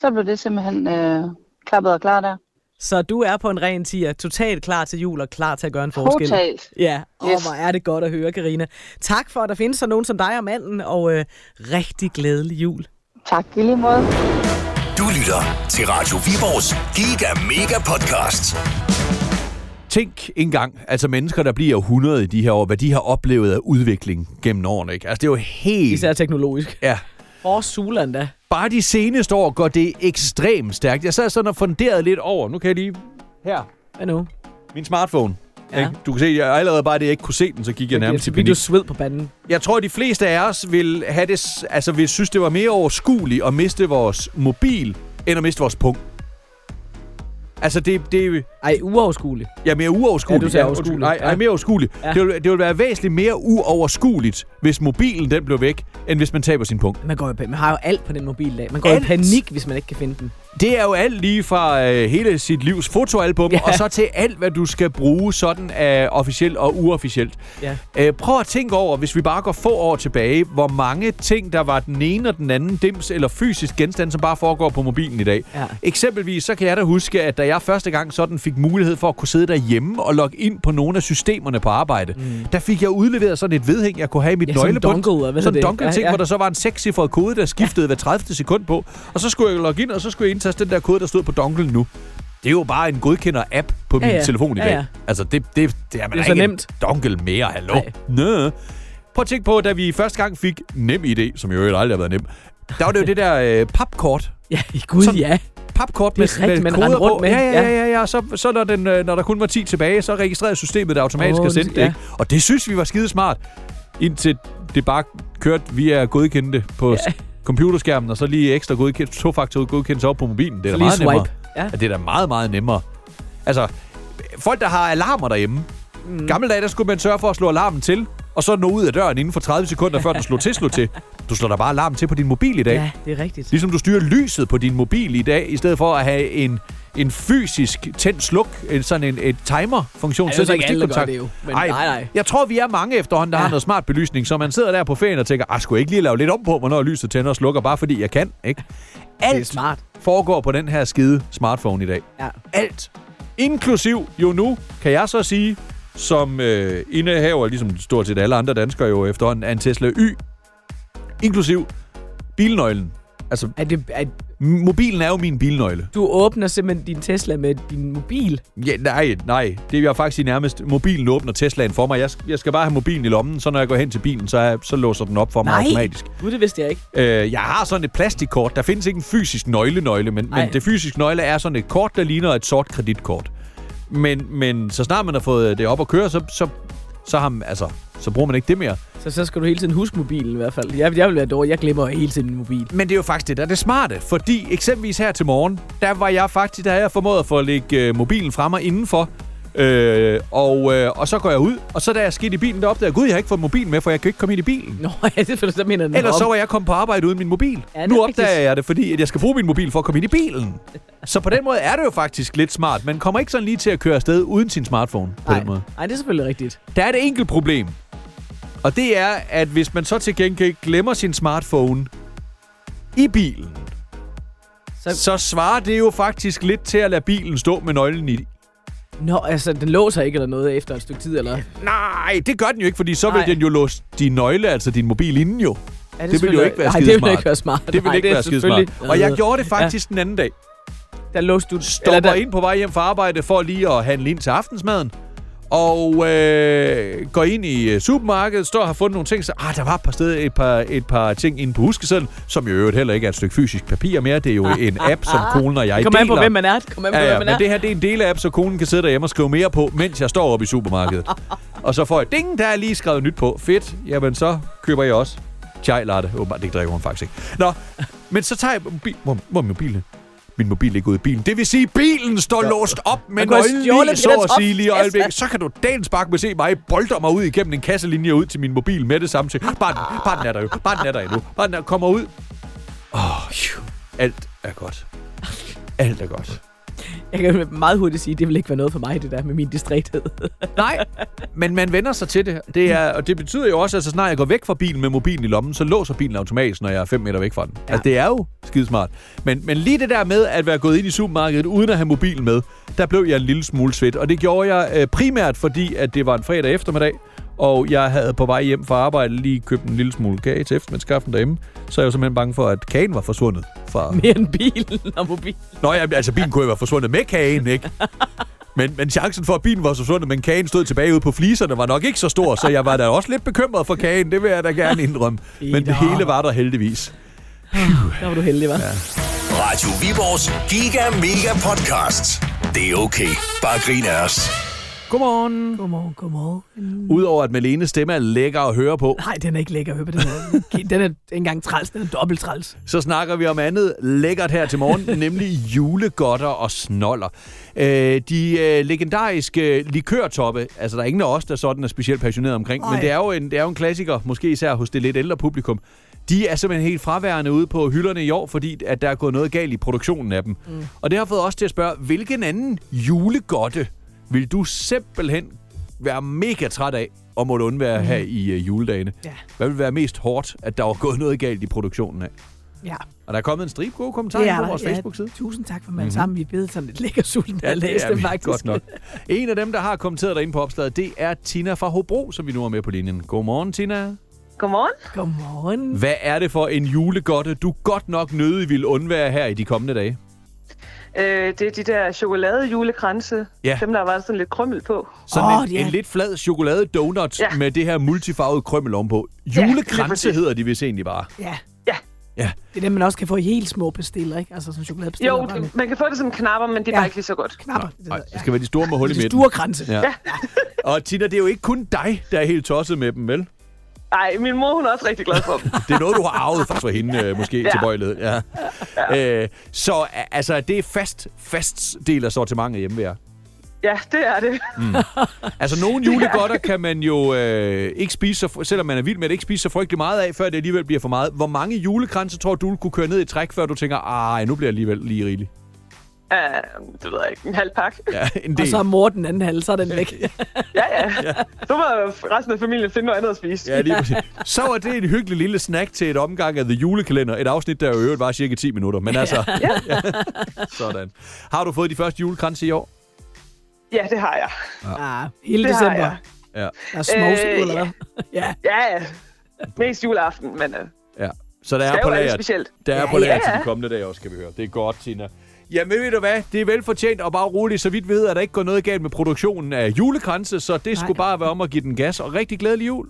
[SPEAKER 6] så blev det simpelthen øh, klappet og klar der.
[SPEAKER 3] Så du er på en ren tier, totalt klar til jul og klar til at gøre en forskel.
[SPEAKER 6] Totalt.
[SPEAKER 3] Ja, og yes.
[SPEAKER 6] Yes.
[SPEAKER 3] hvor er det godt at høre, Karina. Tak for, at der findes så nogen som dig og manden, og øh, rigtig glædelig jul.
[SPEAKER 6] Tak i lige måde.
[SPEAKER 1] Du lytter til Radio Viborgs Giga Mega Podcast.
[SPEAKER 2] Tænk engang, altså mennesker, der bliver 100 i de her år, hvad de har oplevet af udvikling gennem årene. Ikke? Altså det er jo helt...
[SPEAKER 3] Især teknologisk.
[SPEAKER 2] Ja,
[SPEAKER 3] Åh, Suland da.
[SPEAKER 2] bare de seneste år går det ekstremt stærkt. Jeg sad sådan og funderede lidt over, nu kan jeg lige... Her,
[SPEAKER 3] Hvad nu?
[SPEAKER 2] min smartphone.
[SPEAKER 3] Ja.
[SPEAKER 2] Ja. Du kan se, at jeg allerede bare det, jeg ikke kunne se den, så gik jeg nærmest i
[SPEAKER 3] Det er
[SPEAKER 2] panik.
[SPEAKER 3] du sved på panden.
[SPEAKER 2] Jeg tror, at de fleste af os vil, have det, s- altså, vil synes, det var mere overskueligt at miste vores mobil, end at miste vores punkt. Altså, det, det,
[SPEAKER 3] Ej, uoverskueligt.
[SPEAKER 2] Ja, mere uoverskueligt.
[SPEAKER 3] Ja, du sagde
[SPEAKER 2] undskyld.
[SPEAKER 3] overskueligt.
[SPEAKER 2] Nej, nej,
[SPEAKER 3] Ja.
[SPEAKER 2] mere overskueligt.
[SPEAKER 3] Ja.
[SPEAKER 2] Ja. Det, vil, det vil være væsentligt mere uoverskueligt, hvis mobilen den blev væk, end hvis man taber sin punkt.
[SPEAKER 3] Man, går jo, i pa- man har jo alt på den mobil i dag. Man går alt. i
[SPEAKER 2] Alt?
[SPEAKER 3] panik, hvis man ikke kan finde den.
[SPEAKER 2] Det er jo alt lige fra øh, hele sit livs fotoalbum,
[SPEAKER 3] Ja.
[SPEAKER 2] ja. og så til alt, hvad du skal bruge sådan øh, officielt og uofficielt.
[SPEAKER 3] Ja.
[SPEAKER 2] Øh, prøv at tænke over, hvis vi bare går få år tilbage, hvor mange ting, der var den ene og den anden dims eller fysisk genstand, som bare foregår på mobilen i dag.
[SPEAKER 3] Ja.
[SPEAKER 2] Eksempelvis så kan jeg da huske, at da jeg første gang sådan fik mulighed for at kunne sidde derhjemme og logge ind på nogle af systemerne på arbejde, mm. der fik jeg udleveret sådan et vedhæng, jeg kunne have i mit
[SPEAKER 3] Ja, sådan
[SPEAKER 2] nøglebund.
[SPEAKER 3] dongle, eller hvad
[SPEAKER 2] sådan
[SPEAKER 3] hedder det?
[SPEAKER 2] dongle ting,
[SPEAKER 3] Ja, ja.
[SPEAKER 2] hvor der så var en sekscifret kode, der skiftede hver 30. sekund på. Og så skulle jeg logge ind, og så skulle jeg indtaste den der kode, der stod på donglen nu. Det er jo bare en godkender-app på
[SPEAKER 3] Ja,
[SPEAKER 2] ja, min
[SPEAKER 3] ja.
[SPEAKER 2] telefon i
[SPEAKER 3] Ja,
[SPEAKER 2] dag. Ja,
[SPEAKER 3] ja.
[SPEAKER 2] ja. Altså, det, det, det er man
[SPEAKER 3] Det er
[SPEAKER 2] da
[SPEAKER 3] så
[SPEAKER 2] ikke
[SPEAKER 3] nemt.
[SPEAKER 2] En dongle mere, hallo.
[SPEAKER 3] Nej.
[SPEAKER 2] Nå. Prøv at tænke på, da vi første gang fik nem idé, som jo i øvrigt aldrig har været nem, der var det jo det der øh, papkort.
[SPEAKER 3] Ja, i gud,
[SPEAKER 2] Sådan-
[SPEAKER 3] ja.
[SPEAKER 2] Papkort
[SPEAKER 3] Det er
[SPEAKER 2] med,
[SPEAKER 3] rigtigt,
[SPEAKER 2] med
[SPEAKER 3] man
[SPEAKER 2] koder
[SPEAKER 3] rendte rundt
[SPEAKER 2] på.
[SPEAKER 3] med.
[SPEAKER 2] Ja, ja,
[SPEAKER 3] Ja.
[SPEAKER 2] ja, ja. ja. Så, så når, den, øh, når der kun var 10 tilbage, så registrerede systemet det automatisk
[SPEAKER 3] Åh,
[SPEAKER 2] oh, og sendte
[SPEAKER 3] det-
[SPEAKER 2] det.
[SPEAKER 3] ja.
[SPEAKER 2] Ikke? Og det synes vi var skidesmart, indtil det bare kørte via godkendte på ja. computerskærmen, og så lige ekstra godkendt, tofaktor godkendelse op på mobilen. Det er da
[SPEAKER 3] Lige
[SPEAKER 2] meget
[SPEAKER 3] swipe.
[SPEAKER 2] nemmere.
[SPEAKER 3] Ja.
[SPEAKER 2] Ja, det er da meget, meget nemmere. Altså, folk, der har alarmer derhjemme. Mm. Gamle dage, der skulle man sørge for at slå alarmen til, og så nå ud af døren inden for 30 sekunder, før den slår til, slår til. Du slår da bare alarm til på din mobil i dag.
[SPEAKER 3] Ja, det er rigtigt.
[SPEAKER 2] Ligesom du styrer lyset på din mobil i dag, i stedet for at have en, en fysisk tænd-sluk, en, sådan en et timer-funktion.
[SPEAKER 3] Ja, det
[SPEAKER 2] siddende
[SPEAKER 3] er så ikke
[SPEAKER 2] på
[SPEAKER 3] alle, der gør
[SPEAKER 2] stikkontakten.
[SPEAKER 3] det jo, men
[SPEAKER 2] Ej,
[SPEAKER 3] nej, nej.
[SPEAKER 2] Jeg tror, vi er mange efterhånden, der ja. har
[SPEAKER 3] Ja.
[SPEAKER 2] noget smart belysning, så man sidder der på ferien og tænker, ah, skulle jeg ikke lige lave lidt om på, hvornår lyset tænder og slukker, bare fordi jeg kan, ikke? Alt
[SPEAKER 3] smart.
[SPEAKER 2] foregår på den her skide smartphone i dag.
[SPEAKER 3] Ja.
[SPEAKER 2] Alt. Inklusiv jo nu, kan jeg så sige, som øh, indehaver, ligesom stort set alle andre danskere jo efterhånden, af en Tesla Y. Inklusiv bilnøglen. Altså,
[SPEAKER 3] At, det, at
[SPEAKER 2] mobilen er jo min bilnøgle.
[SPEAKER 3] du åbner simpelthen din Tesla med din mobil.
[SPEAKER 2] Ja, nej, nej. Det er jeg faktisk i nærmest. Mobilen åbner Teslaen for mig. Jeg, jeg skal bare have mobilen i lommen, så når jeg går hen til bilen, så, er, så låser den op for mig automatisk.
[SPEAKER 3] Gud, det vidste jeg ikke.
[SPEAKER 2] Øh, jeg har sådan et plastikkort. Der findes ikke en fysisk nøgle-nøgle, men,
[SPEAKER 3] Ej.
[SPEAKER 2] men det fysiske nøgle er sådan et kort, der ligner et sort kreditkort. Men, men så snart man har fået det op at køre, så, så, så, har man, altså, så bruger man ikke det mere.
[SPEAKER 3] Så, så skal du hele tiden huske mobilen i hvert fald. Jeg, jeg vil være dårlig. Jeg glemmer hele tiden min mobil.
[SPEAKER 2] Men det er jo faktisk det, der er det smarte. Fordi eksempelvis her til morgen, der var jeg faktisk, der havde jeg formået at få at lægge øh, mobilen fra mig indenfor. Øh, og, øh, og så går jeg ud, og så da jeg skete i bilen, der opdager jeg, gud, jeg har ikke fået mobilen med, for jeg kan ikke komme ind i bilen.
[SPEAKER 3] Nå, ja, det føles, der mener den
[SPEAKER 2] Ellers
[SPEAKER 3] om.
[SPEAKER 2] så var jeg kommet på arbejde uden min mobil.
[SPEAKER 3] Ja, det er
[SPEAKER 2] nu
[SPEAKER 3] rigtigt.
[SPEAKER 2] opdager jeg det, fordi at jeg skal bruge min mobil for at komme ind i bilen. Så på den måde er det jo faktisk lidt smart. Man kommer ikke sådan lige til at køre afsted uden sin smartphone på
[SPEAKER 3] Nej.
[SPEAKER 2] den måde.
[SPEAKER 3] Nej, det er selvfølgelig rigtigt.
[SPEAKER 2] Der er et enkelt problem. Og det er, at hvis man så til gengæld glemmer sin smartphone i bilen,
[SPEAKER 3] Så-
[SPEAKER 2] så, så svarer det jo faktisk lidt til at lade bilen stå med nøglen i.
[SPEAKER 3] Nå, altså, den låser ikke eller noget efter et stykke tid, eller? Ja,
[SPEAKER 2] Nej, det gør den jo ikke, fordi så vil
[SPEAKER 3] Nej.
[SPEAKER 2] den jo låse din nøgle, altså din mobil, inden jo.
[SPEAKER 3] det,
[SPEAKER 2] Det ville jo
[SPEAKER 3] selvfølgelig-
[SPEAKER 2] ikke være
[SPEAKER 3] Nej, det
[SPEAKER 2] skidesmart.
[SPEAKER 3] ville ikke være smart.
[SPEAKER 2] Det vil
[SPEAKER 3] Nej,
[SPEAKER 2] ikke
[SPEAKER 3] er
[SPEAKER 2] være skidesmart.
[SPEAKER 3] selvfølgelig-
[SPEAKER 2] Og jeg gjorde det faktisk ja. den anden dag.
[SPEAKER 3] Der låste du...
[SPEAKER 2] stopper
[SPEAKER 3] der,
[SPEAKER 2] der... ind på vej hjem fra arbejde for lige at handle ind til aftensmaden. Og øh, går ind i øh, supermarkedet, står og har fundet nogle ting, så ah, der var et par, steder, et par, et par ting inde på huskesedlen, som jo i øvrigt heller ikke er et stykke fysisk papir mere. Det er jo en app, som konen og jeg
[SPEAKER 3] Kom an på,
[SPEAKER 2] deler.
[SPEAKER 3] hvem man er. Kom an på,
[SPEAKER 2] Ja, ja,
[SPEAKER 3] hvem man er.
[SPEAKER 2] men det her det er en del af app, så konen kan sidde derhjemme og skrive mere på, mens jeg står oppe i supermarkedet. og så får jeg, ding, der er lige skrevet nyt på. Fedt, jamen så køber jeg også chai latte. Åbenbart, det drikker hun faktisk ikke. Nå, men så tager jeg mobil... Hvor, hvor er min mobil? hen? Min mobil ligger ude i bilen. Det vil sige, bilen står ja. låst op med
[SPEAKER 3] kunne have
[SPEAKER 2] nøglen
[SPEAKER 3] stjålet
[SPEAKER 2] i, så
[SPEAKER 3] Peters
[SPEAKER 2] at sige lige i
[SPEAKER 3] opvask.
[SPEAKER 2] øjeblikket. Så kan du dagens bak med se mig bolde mig ud igennem en kasselinje ud til min mobil med det samme. Til. Bare, den, bare den er der jo. Bare den er der endnu. Bare den er, kommer ud. Åh, oh, alt er godt. Alt er godt.
[SPEAKER 3] Jeg kan meget hurtigt sige, at det vil ikke være noget for mig, det der med min distræthed.
[SPEAKER 2] Nej, men man vender sig til det. det er, og det betyder jo også, at så snart jeg går væk fra bilen med mobilen i lommen, så låser bilen automatisk, når jeg er 5 meter væk fra den. Ja. Altså, det er jo skidesmart. Men, men lige det der med at være gået ind i supermarkedet uden at have mobilen med, der blev jeg en lille smule svedt. Og det gjorde jeg øh, primært, fordi at det var en fredag eftermiddag, og jeg havde på vej hjem fra arbejde lige købt en lille smule kage til eftermiddagskaffen derhjemme. Så er jeg jo simpelthen bange for, at kagen var forsvundet fra
[SPEAKER 3] Mere end bilen og mobilen.
[SPEAKER 2] Nå ja, altså bilen kunne jo være forsvundet med kagen, ikke? Men, men chancen for, at bilen var forsvundet, men kagen stod tilbage ude på fliserne, var nok ikke så stor, så jeg var da også lidt bekymret for kagen, det vil jeg da gerne indrømme. Men det hele var der heldigvis.
[SPEAKER 3] Der var du heldig, var. Ja.
[SPEAKER 1] Radio Viborgs Giga Mega Podcast. Det er okay. Bare grin af os.
[SPEAKER 2] Godmorgen.
[SPEAKER 3] Godmorgen, godmorgen.
[SPEAKER 2] Udover at Malenes stemme er lækker at høre på,
[SPEAKER 3] Nej, den er ikke lækker at høre på den her. Den er ikke engang træls, den er dobbelt træls.
[SPEAKER 2] så snakker vi om andet lækkert her til morgen, nemlig julegodter og snoller. Øh, de øh, legendariske likørtoppe, altså der er ingen af os, der sådan er specielt passioneret omkring,
[SPEAKER 3] Nej.
[SPEAKER 2] men det er, jo en, det er jo en klassiker, måske især hos det lidt ældre publikum. De er simpelthen helt fraværende ude på hylderne i år, fordi at der er gået noget galt i produktionen af dem. Mm. Og det har fået os til at spørge, hvilken anden julegodte vil du simpelthen være mega træt af og måtte undvære mm. her i øh, juledagene?
[SPEAKER 3] Mhm. Ja.
[SPEAKER 2] Hvad vil være mest hårdt, at der var gået noget galt i produktionen af?
[SPEAKER 3] Ja,
[SPEAKER 2] Og der er kommet en stribe gode kommentarer ind på vores Facebook-side. Mhm.
[SPEAKER 3] Tusind tak for mig mm-hmm. sammen. Vi er blevet sådan lidt lækker sulten ja, at
[SPEAKER 2] det
[SPEAKER 3] læse
[SPEAKER 2] er
[SPEAKER 3] det,
[SPEAKER 2] vi.
[SPEAKER 3] faktisk.
[SPEAKER 2] Godt nok. En af dem, der har kommenteret derinde på opslaget, det er Tina fra Hobro, som vi nu har med på linjen. Godmorgen, Tina.
[SPEAKER 7] Godmorgen.
[SPEAKER 3] Godmorgen.
[SPEAKER 2] Hvad er det for en julegodte, du godt nok nødig vil undvære her i de kommende dage?
[SPEAKER 7] Øh, det er de der chokoladejulekranse.
[SPEAKER 2] Ja.
[SPEAKER 7] Dem, der var sådan lidt krymmel på.
[SPEAKER 2] Sådan
[SPEAKER 3] Åh,
[SPEAKER 2] en,
[SPEAKER 3] ja.
[SPEAKER 2] en lidt flad chokolade-donut
[SPEAKER 7] Ja.
[SPEAKER 2] med det her multifarvede krømmel ovenpå.
[SPEAKER 7] lige
[SPEAKER 2] Julekranse
[SPEAKER 7] præcis.
[SPEAKER 2] hedder de vist egentlig bare.
[SPEAKER 3] Ja.
[SPEAKER 7] Ja.
[SPEAKER 2] Ja.
[SPEAKER 3] Det er dem, man også kan få i helt små pastiller, ikke? Altså sådan chokoladepastiller.
[SPEAKER 7] Jo, det, man kan få det som knapper, men det er
[SPEAKER 3] Ja.
[SPEAKER 7] bare ikke lige så godt.
[SPEAKER 3] knapper.
[SPEAKER 2] Nej, det skal være de store med hul i
[SPEAKER 3] det er
[SPEAKER 2] midten.
[SPEAKER 3] store grænse. Ja.
[SPEAKER 2] Ja. Og Tina, det er jo ikke kun dig, der er helt tosset med dem, vel?
[SPEAKER 7] Nej, min mor hun er også rigtig glad for dem.
[SPEAKER 2] Det er noget, du har arvet faktisk fra hende, øh, måske, ja.
[SPEAKER 7] Ja.
[SPEAKER 2] tilbøjeligheden. Ja. Ja. Øh, så a- altså, det er fast, fast del af sortimentet hjemme ved jer.
[SPEAKER 7] Ja, det er det.
[SPEAKER 2] Mm. Altså, nogle julegodter kan man jo øh, ikke spise, så, fr- selvom man er vild med det, ikke spise så frygtelig meget af, før det alligevel bliver for meget. Hvor mange julekranse tror du, du kunne køre ned i træk, før du tænker, ej, nu bliver jeg alligevel lige rigeligt?
[SPEAKER 7] Uh, det ved jeg ikke. En halv pakke.
[SPEAKER 2] Ja, en
[SPEAKER 3] Og
[SPEAKER 2] del.
[SPEAKER 3] så er mor den anden halv, så er den væk.
[SPEAKER 7] Ja, ja. Så må resten af familien finde noget andet at spise.
[SPEAKER 2] Ja, lige præcis. Så var det en hyggelig lille snack til et omgang af The Julekalender. Et afsnit, der i øvrigt var cirka 10 minutter. Men altså, ja. sådan. Har du fået de første julekranse i år?
[SPEAKER 7] ja det har jeg.
[SPEAKER 3] ah, hele
[SPEAKER 7] Det har
[SPEAKER 3] december.
[SPEAKER 7] jeg.
[SPEAKER 2] Ja.
[SPEAKER 3] Der er smogs
[SPEAKER 7] Øh,
[SPEAKER 3] øh, eller hvad? Ja.
[SPEAKER 7] Ja, ja. Mest juleaften, men uh,
[SPEAKER 2] ja. Så der
[SPEAKER 7] det
[SPEAKER 2] er
[SPEAKER 7] er
[SPEAKER 2] på
[SPEAKER 7] jo alt
[SPEAKER 2] lager.
[SPEAKER 7] specielt.
[SPEAKER 2] Der er
[SPEAKER 3] Ja,
[SPEAKER 2] på lager
[SPEAKER 7] ja.
[SPEAKER 2] til de kommende dage også, skal vi høre. Det er godt, Tina. Jamen ved du hvad, det er velfortjent og bare roligt, så vidt vi ved, at der ikke går noget galt med produktionen af julekranse, så det Nej. skulle bare være om at give den gas, og rigtig glædelig jul.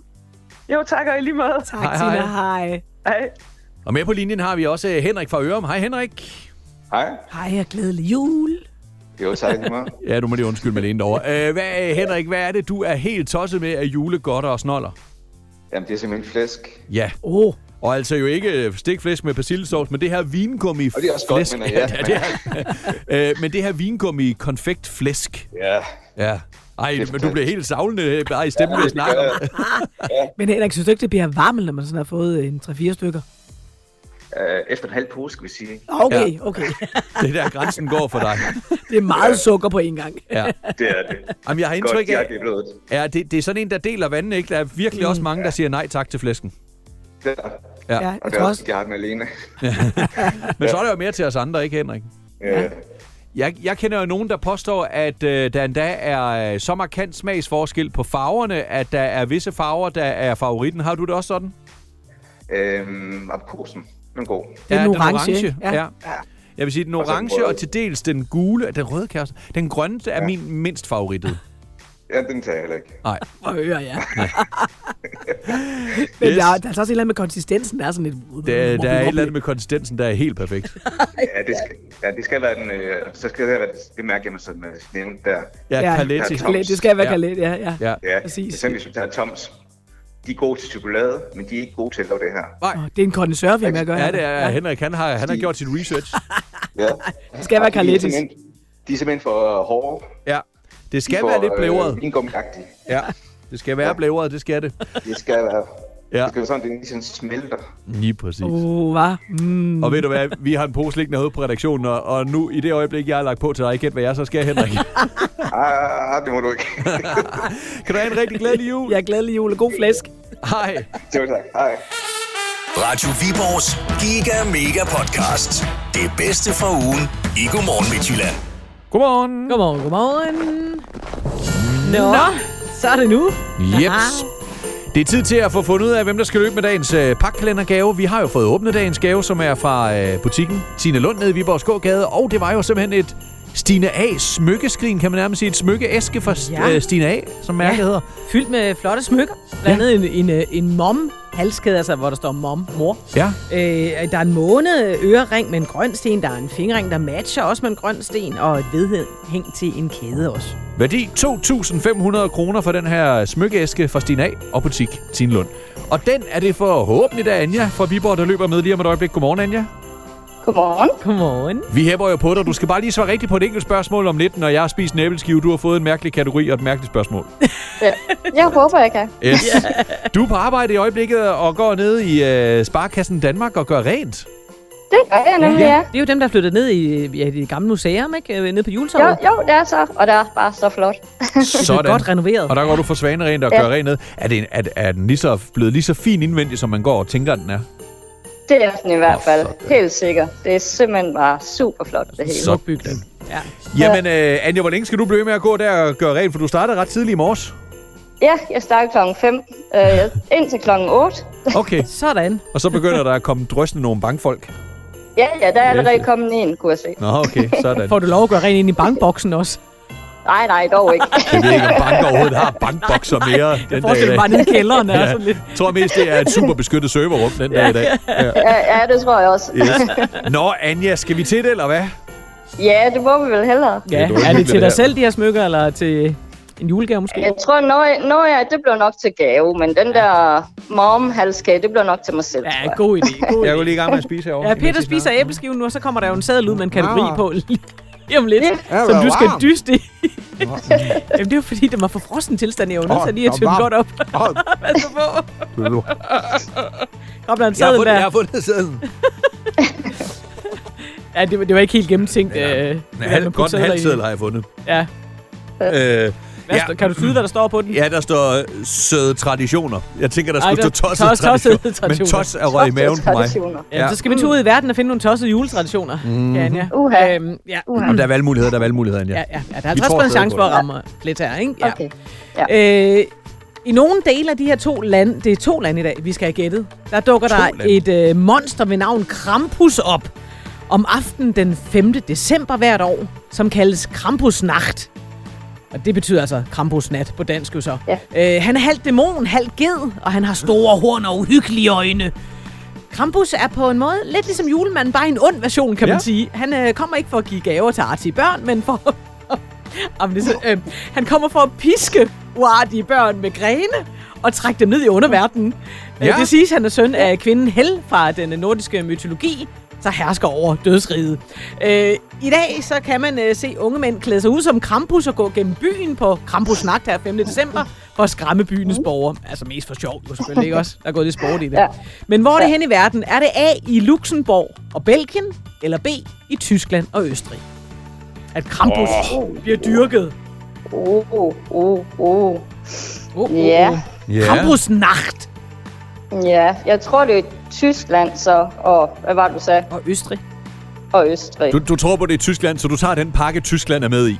[SPEAKER 7] Jo, tak og i lige måde.
[SPEAKER 3] Tak,
[SPEAKER 2] hej,
[SPEAKER 3] hej,
[SPEAKER 2] hej.
[SPEAKER 3] Tina. Hej.
[SPEAKER 7] Hej.
[SPEAKER 2] Og med på linjen har vi også øh, Henrik fra Ørum. Hej Henrik.
[SPEAKER 8] Hej.
[SPEAKER 3] Hej og glædelig jul.
[SPEAKER 8] Jo, tak lige meget.
[SPEAKER 2] Ja, du må lige undskylde med det derovre. Øh, hvad, øh, Henrik, hvad er det, du er helt tosset med af julegodter og snoller?
[SPEAKER 8] Jamen, det er simpelthen flæsk.
[SPEAKER 2] Ja,
[SPEAKER 3] Åh, oh,
[SPEAKER 2] og altså jo ikke øh, stikflæsk med persillesauce, men det her vingummi
[SPEAKER 8] Og det er også godt, men ja,
[SPEAKER 2] ja, det er, øh, men det her vingummi konfektflæsk.
[SPEAKER 8] Ja,
[SPEAKER 2] Ja. Ej,
[SPEAKER 8] er
[SPEAKER 2] men du bliver helt savlende øh, bare i stemmen ved at snakke om. det.
[SPEAKER 3] men Henrik, synes du ikke, det bliver varmt, når man sådan har fået en 3-4 stykker?
[SPEAKER 8] øh, efter en halv pose, skal vi sige.
[SPEAKER 3] Okay, ja. okay.
[SPEAKER 2] Det er der, grænsen går for dig.
[SPEAKER 3] Det er meget sukker på én gang.
[SPEAKER 2] Ja.
[SPEAKER 8] Det er det.
[SPEAKER 2] Jamen, jeg har
[SPEAKER 8] Godt,
[SPEAKER 2] indtryk
[SPEAKER 8] jeg
[SPEAKER 2] af,
[SPEAKER 8] er i blodet.
[SPEAKER 2] ja, det, det er sådan en, der deler vandene, ikke? Der er virkelig
[SPEAKER 8] Mm.
[SPEAKER 2] også mange, der siger nej tak til flæsken.
[SPEAKER 8] Det er, det.
[SPEAKER 2] Ja.
[SPEAKER 3] Ja,
[SPEAKER 8] og
[SPEAKER 3] jeg
[SPEAKER 8] det
[SPEAKER 3] tror
[SPEAKER 8] er
[SPEAKER 3] også,
[SPEAKER 8] også, jeg har den alene.
[SPEAKER 2] Men så er der jo mere til os andre, ikke Henrik?
[SPEAKER 8] Ja.
[SPEAKER 2] Jeg, jeg kender jo nogen, der påstår, at øh, der endda er øh, så markant smagsforskel på farverne, at der er visse farver, der er favoritten. Har du det også sådan?
[SPEAKER 8] Øhm, aprikosen, den er god.
[SPEAKER 3] Det er
[SPEAKER 2] Ja,
[SPEAKER 3] den orange,
[SPEAKER 2] Ja.
[SPEAKER 3] ja.
[SPEAKER 2] ja. Jeg vil sige, den
[SPEAKER 8] Og så den
[SPEAKER 2] orange
[SPEAKER 8] røde.
[SPEAKER 2] og til dels den gule, den røde kæreste. Den grønne er min mindst favorittede.
[SPEAKER 8] Ja, den tager jeg heller ikke.
[SPEAKER 2] Nej.
[SPEAKER 3] hvor hører jeg. Men
[SPEAKER 2] Yes.
[SPEAKER 3] yes. der, er- der er så også et eller andet med konsistensen, der er sådan lidt...
[SPEAKER 2] Der, der er et eller andet med konsistensen, der er helt perfekt.
[SPEAKER 8] Ja, det skal, ja, det skal være den, øh, så skal det være det mærke, jeg mig sådan øh, nævnte der.
[SPEAKER 2] Ja, ja
[SPEAKER 8] Ja,
[SPEAKER 2] Carletti.
[SPEAKER 8] klart.
[SPEAKER 3] Kalet, det skal være
[SPEAKER 2] Ja.
[SPEAKER 3] ja. kalet, ja, ja.
[SPEAKER 2] Ja.
[SPEAKER 8] Ja,
[SPEAKER 3] Præcis.
[SPEAKER 8] Præcis. hvis vi tager Toms, de er gode til chokolade, men de er ikke gode til at lave det her.
[SPEAKER 3] Åh, Det er en kondensør, vi med at gøre.
[SPEAKER 2] Ja,
[SPEAKER 3] her.
[SPEAKER 2] det er Henrik. Han har, han har gjort sit research.
[SPEAKER 8] Ja.
[SPEAKER 3] Det skal være
[SPEAKER 8] de, er
[SPEAKER 3] kaletis.
[SPEAKER 8] simpelthen, de er simpelthen for hårde.
[SPEAKER 2] Ja. Det skal
[SPEAKER 8] for,
[SPEAKER 2] være lidt blævret.
[SPEAKER 8] Øh, vingummi-agtige.
[SPEAKER 2] Ja. Det skal være blævret, det skal det.
[SPEAKER 8] det skal være.
[SPEAKER 2] Ja.
[SPEAKER 8] Ja. Det skal være sådan, det ligesom smelter.
[SPEAKER 2] Lige præcis.
[SPEAKER 3] Åh, hvad? Mm.
[SPEAKER 2] Og ved du hvad, vi har en pose liggende herude på redaktionen, og, og nu i det øjeblik, jeg har lagt på til dig, gæt hvad jeg så skal, Henrik.
[SPEAKER 8] Ah, det må du ikke.
[SPEAKER 2] kan du have en rigtig glædelig jul?
[SPEAKER 3] Jeg er glædelig jul og god flæsk.
[SPEAKER 2] Hej.
[SPEAKER 8] jo, tak. Hej.
[SPEAKER 1] Radio Viborgs Giga Mega Podcast. Det bedste fra ugen i Godmorgen Midtjylland.
[SPEAKER 2] Godmorgen.
[SPEAKER 3] Godmorgen, godmorgen. Nå, Nå. så er det nu.
[SPEAKER 2] Jeps. Det er tid til at få fundet ud af, hvem der skal løbe med dagens øh, pakkekalendergave. Vi har jo fået åbnet dagens gave, som er fra øh, butikken Tine Lund nede i Viborg Skågade. Og det var jo simpelthen et Stine A. smykkeskrin, kan man nærmest sige. Et smykkeæske fra ja.
[SPEAKER 3] Ja.
[SPEAKER 2] øh, Stine A., som mærket
[SPEAKER 3] Ja.
[SPEAKER 2] hedder.
[SPEAKER 3] Fyldt med flotte smykker. Blandt andet en, en, øh, en mom halskæde, altså hvor der står mom, mor.
[SPEAKER 2] Ja.
[SPEAKER 3] Øh, der er en måne ørering med en grøn sten. Der er en fingerring, der matcher også med en grøn sten. Og et vedhæng til en kæde også.
[SPEAKER 2] Værdi 2.500 kroner for den her smykkeæske fra Stine A. og butik Tine Lund. Og den er det forhåbentlig da Anja fra Viborg, der løber med lige om et øjeblik. Godmorgen, Anja.
[SPEAKER 6] Godmorgen.
[SPEAKER 3] Godmorgen.
[SPEAKER 2] Vi hæpper jo på dig. Du skal bare lige svare rigtigt på et enkelt spørgsmål om lidt, når jeg har spist en æbleskive. Du har fået en mærkelig kategori og et mærkeligt spørgsmål.
[SPEAKER 6] Jeg håber, jeg kan.
[SPEAKER 2] Yes. Du er på arbejde i øjeblikket og går ned i øh, Sparkassen Danmark og gør rent.
[SPEAKER 6] Det gør jeg nemlig, ja.
[SPEAKER 3] Det er jo dem, der er flyttet ned i øh, ja, det gamle museum, ikke? Øh, Nede på
[SPEAKER 6] Jo,
[SPEAKER 3] juletorvet.
[SPEAKER 6] jo, det er så. Og det er bare så flot.
[SPEAKER 3] Det er godt renoveret.
[SPEAKER 2] Og der går du for svanerent og
[SPEAKER 6] Ja.
[SPEAKER 2] gør rent ned. Er, det en, er, er den lige så, blevet lige så fin indvendig, som man går og tænker, den er?
[SPEAKER 6] Det er den i hvert
[SPEAKER 2] Åh,
[SPEAKER 6] fald.
[SPEAKER 2] fuck.
[SPEAKER 6] Helt sikkert. Det er simpelthen bare super flot, det hele.
[SPEAKER 3] Smuk bygning. Ja.
[SPEAKER 2] Jamen, øh, Anja, hvor længe skal du blive med at gå der og gøre rent? For du startede ret tidligt i morges.
[SPEAKER 6] Ja, jeg starter klokken 5. Øh, jeg- indtil klokken 8.
[SPEAKER 2] Okay.
[SPEAKER 3] Sådan.
[SPEAKER 2] Og så begynder der at komme drøsende nogle bankfolk.
[SPEAKER 6] Ja, ja, der er allerede kommet en, kunne jeg se.
[SPEAKER 2] Nå, okay, sådan.
[SPEAKER 3] Får du lov at gøre rent ind i bankboksen også?
[SPEAKER 6] Nej, nej, dog ikke.
[SPEAKER 2] Jeg ved ikke, om banker overhovedet har bankbokser mere den dag i
[SPEAKER 3] Jeg forestiller
[SPEAKER 2] dag.
[SPEAKER 3] mig bare nede i kælderen. der er
[SPEAKER 2] Ja.
[SPEAKER 3] sådan lidt.
[SPEAKER 2] Jeg tror mest, det er et super beskyttet serverrum den dag i dag. Ja.
[SPEAKER 6] ja, ja, det tror jeg også.
[SPEAKER 2] Yes. Nå, Anja, skal vi til det, eller hvad?
[SPEAKER 6] Ja, det må vi vel hellere.
[SPEAKER 3] Ja,
[SPEAKER 2] dårligt
[SPEAKER 3] er det
[SPEAKER 2] hyggeligt,
[SPEAKER 3] til
[SPEAKER 2] det
[SPEAKER 3] dig
[SPEAKER 2] her.
[SPEAKER 3] selv, de her smykker, eller til en julegave måske?
[SPEAKER 6] Jeg tror, når jeg, når jeg, det bliver nok til gave, men den der mom halskage det bliver nok til mig selv. tror
[SPEAKER 3] Ja,
[SPEAKER 6] jeg.
[SPEAKER 3] god idé. God
[SPEAKER 2] Jeg går
[SPEAKER 3] idé.
[SPEAKER 2] lige i gang med at spise herovre.
[SPEAKER 3] Ja, Peter spiser æbleskiven nu, og så kommer der jo en sadel ud med en kategori på lige om lidt,
[SPEAKER 6] Ja.
[SPEAKER 3] som du skal dyste i. Jamen, det er jo fordi, det var for frossen tilstand, jeg var nødt
[SPEAKER 2] mm. Åh,
[SPEAKER 3] til lige at
[SPEAKER 2] der
[SPEAKER 3] tømme
[SPEAKER 2] var-
[SPEAKER 3] godt op.
[SPEAKER 2] Åh,
[SPEAKER 3] Pas nu på.
[SPEAKER 2] du-
[SPEAKER 3] Kom, der er en
[SPEAKER 2] jeg, har
[SPEAKER 3] sædel
[SPEAKER 2] fundet, jeg
[SPEAKER 3] der.
[SPEAKER 2] har fundet sædlen.
[SPEAKER 3] Ja, det, var- det var ikke helt gennemtænkt. Øh,
[SPEAKER 2] Ja.
[SPEAKER 3] det
[SPEAKER 2] En
[SPEAKER 3] der
[SPEAKER 2] halv,
[SPEAKER 3] med
[SPEAKER 2] godt en
[SPEAKER 3] putsedler
[SPEAKER 2] halv
[SPEAKER 3] i.
[SPEAKER 2] sædel har jeg fundet.
[SPEAKER 3] Ja.
[SPEAKER 2] Øh,
[SPEAKER 3] Hvad,
[SPEAKER 2] Ja.
[SPEAKER 3] ja. Kan du tyde, hvad der står på den?
[SPEAKER 2] ja, der står øh, søde traditioner. Jeg tænker, der
[SPEAKER 3] Ej,
[SPEAKER 2] skulle
[SPEAKER 3] der-
[SPEAKER 2] stå tosset
[SPEAKER 3] tos- tossede
[SPEAKER 2] traditioner. Men
[SPEAKER 3] traditioner.
[SPEAKER 2] tos er røget i maven på mig.
[SPEAKER 4] Traditioner.
[SPEAKER 3] Ja,
[SPEAKER 2] Ja.
[SPEAKER 3] så skal vi tage ud i verden og finde nogle tossede juletraditioner. Mm-hmm. Ja, ja.
[SPEAKER 4] Uha.
[SPEAKER 3] Øhm, ja.
[SPEAKER 2] Og der er valgmuligheder, der er valgmuligheder, Anja.
[SPEAKER 3] Ja, ja, ja, der er
[SPEAKER 2] Vi
[SPEAKER 3] 50
[SPEAKER 2] tror
[SPEAKER 3] procent
[SPEAKER 2] stadig
[SPEAKER 3] chance
[SPEAKER 2] på
[SPEAKER 3] for at
[SPEAKER 2] det.
[SPEAKER 3] ramme lidt her, ikke? Ja.
[SPEAKER 4] Okay.
[SPEAKER 3] Øh, I nogle dele af de her to lande, det er to lande i dag, vi skal have gættet, der dukker
[SPEAKER 2] To
[SPEAKER 3] der
[SPEAKER 2] lande.
[SPEAKER 3] et øh, monster ved navn Krampus op om aftenen den 5. december hvert år, som kaldes Krampusnacht. Og det betyder altså Krampusnat på dansk jo så. Ja. Øh, han er halvt dæmon, halvt ged, og han har store horn og uhyggelige øjne. Krampus er på en måde lidt ligesom julemanden, bare i en ond version, kan ja.
[SPEAKER 2] Ja.
[SPEAKER 3] man sige. Han øh, kommer ikke for at give gaver til artige børn, men for... Jamen, det er så, øh, han kommer for at piske uartige børn med grene og trække dem ned i underverdenen.
[SPEAKER 2] Ja.
[SPEAKER 3] Ja. Det siges, han er søn af kvinden Hel fra den øh, nordiske mytologi, der hersker over dødsriget. Øh, I dag så kan man øh, se unge mænd klæde sig ud som Krampus og gå gennem byen på Krampusnagt her 5. december for at skræmme byens borgere. Altså mest for sjov, jo selvfølgelig ikke også. Der er gået lidt sport i det. Ja. Men hvor er det hen i verden? Er det A i Luxembourg og Belgien, eller B i Tyskland og Østrig? At Krampus oh. bliver dyrket.
[SPEAKER 4] Oh, oh, oh, oh.
[SPEAKER 3] Oh,
[SPEAKER 4] Ja.
[SPEAKER 2] Ja.
[SPEAKER 3] Krampusnacht
[SPEAKER 4] Ja, jeg tror, det er Tyskland så, og hvad var det, du sagde,
[SPEAKER 3] og Østrig.
[SPEAKER 4] og Østrig.
[SPEAKER 2] Du, du tror på det i Tyskland, så du tager den pakke, Tyskland er med i.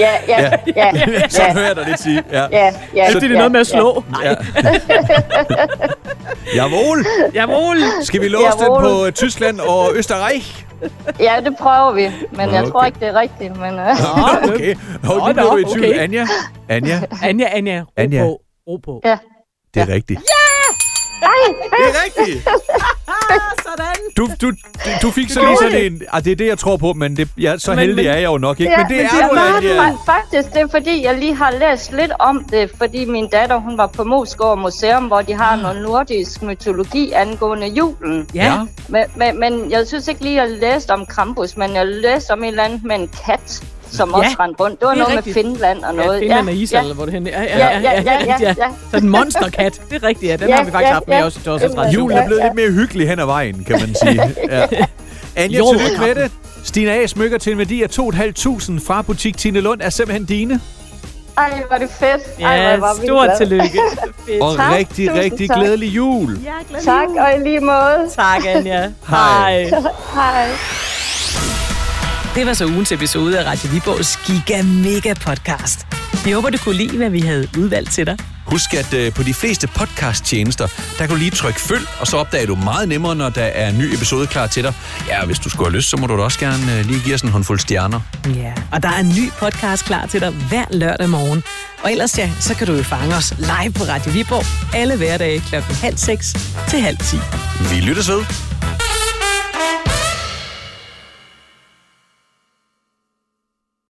[SPEAKER 4] Ja, ja, ja, ja,
[SPEAKER 2] Sådan hører jeg dig lidt sige. Ja.
[SPEAKER 4] ja, ja.
[SPEAKER 3] Så det er noget med at slå. Nej,
[SPEAKER 2] Ja. Jawohl.
[SPEAKER 3] jawohl.
[SPEAKER 2] Skal vi låse den
[SPEAKER 4] Jawohl.
[SPEAKER 2] på øh, Tyskland og Østerrig?
[SPEAKER 4] Ja, det prøver vi, men jeg tror
[SPEAKER 2] Okay.
[SPEAKER 4] ikke, det er rigtigt, men... Uh,
[SPEAKER 2] Ah, okay. Hov, nu
[SPEAKER 3] Nå,
[SPEAKER 2] bliver
[SPEAKER 3] nå,
[SPEAKER 2] du i tvivl.
[SPEAKER 3] okay.
[SPEAKER 2] Anja? Anja?
[SPEAKER 3] Anja, Anja, ro
[SPEAKER 2] Anja.
[SPEAKER 3] Anja. på. Ro på.
[SPEAKER 4] ja.
[SPEAKER 2] Det er rigtigt. Ja! Det er rigtigt.
[SPEAKER 3] Sådan.
[SPEAKER 2] Du, du, du fik så lige sådan en... Ah, det er det, jeg tror på, men det, ja, så
[SPEAKER 3] Men-
[SPEAKER 2] heldig
[SPEAKER 3] men-
[SPEAKER 2] er jeg jo nok ikke.
[SPEAKER 4] Ja,
[SPEAKER 2] men det er
[SPEAKER 4] jeg
[SPEAKER 2] du,
[SPEAKER 4] var
[SPEAKER 2] Anja.
[SPEAKER 4] fa- Faktisk, det er fordi, jeg lige har læst lidt om det, fordi min datter, hun var på Mosgaard Museum, hvor de har noget nordisk mytologi angående julen.
[SPEAKER 3] Ja.
[SPEAKER 2] Ja.
[SPEAKER 3] ja.
[SPEAKER 4] Men, men, men jeg synes ikke lige, jeg læste om Krampus, men jeg læste om en eller anden med en kat, som ja, også rendte rundt. Det var
[SPEAKER 3] det er
[SPEAKER 4] noget
[SPEAKER 3] rigtigt.
[SPEAKER 4] med Finland og noget.
[SPEAKER 3] Ja, Finland og Israel, eller hvor det hen er. Ja,
[SPEAKER 4] Ja, ja, ja, ja, ja.
[SPEAKER 3] Så den monsterkat, det er rigtigt, ja. Den
[SPEAKER 4] Ja,
[SPEAKER 3] har vi faktisk
[SPEAKER 4] ja,
[SPEAKER 3] haft med
[SPEAKER 4] ja.
[SPEAKER 3] også i Tosses
[SPEAKER 4] Jamen,
[SPEAKER 3] Tradition.
[SPEAKER 2] Julen er blevet lidt mere hyggelig hen ad vejen, kan man sige. Ja. Anja,
[SPEAKER 3] Jo,
[SPEAKER 2] tillykke med det. Stine A. smykker til en værdi af 2.500 fra butik Tine Lund er simpelthen dine.
[SPEAKER 4] Ej, var det fedt. Ej, hvor
[SPEAKER 3] Ja,
[SPEAKER 4] var vi
[SPEAKER 3] stort
[SPEAKER 4] glade.
[SPEAKER 3] tillykke.
[SPEAKER 2] Og
[SPEAKER 4] Tak.
[SPEAKER 2] rigtig,
[SPEAKER 4] Tusind
[SPEAKER 2] rigtig
[SPEAKER 4] tak.
[SPEAKER 2] glædelig jul.
[SPEAKER 4] Tak, og i lige måde.
[SPEAKER 3] Tak, Anja.
[SPEAKER 2] Hej.
[SPEAKER 3] Hej.
[SPEAKER 4] Hej.
[SPEAKER 9] Det var så ugens episode af Radio Viborgs Giga Mega Podcast. Vi håber, du kunne lide, hvad vi havde udvalgt til dig.
[SPEAKER 10] Husk, at øh, på de fleste podcasttjenester, der kan du lige trykke følg, og så opdager du meget nemmere, når der er en ny episode klar til dig. Ja, og hvis du skulle have lyst, så må du da også gerne øh, lige give os en håndfuld stjerner.
[SPEAKER 9] Ja, og der er en ny podcast klar til dig hver lørdag morgen. Og ellers ja, så kan du jo fange os live på Radio Viborg alle hverdage kl. halv seks til halv ti.
[SPEAKER 10] Vi lyttes ved.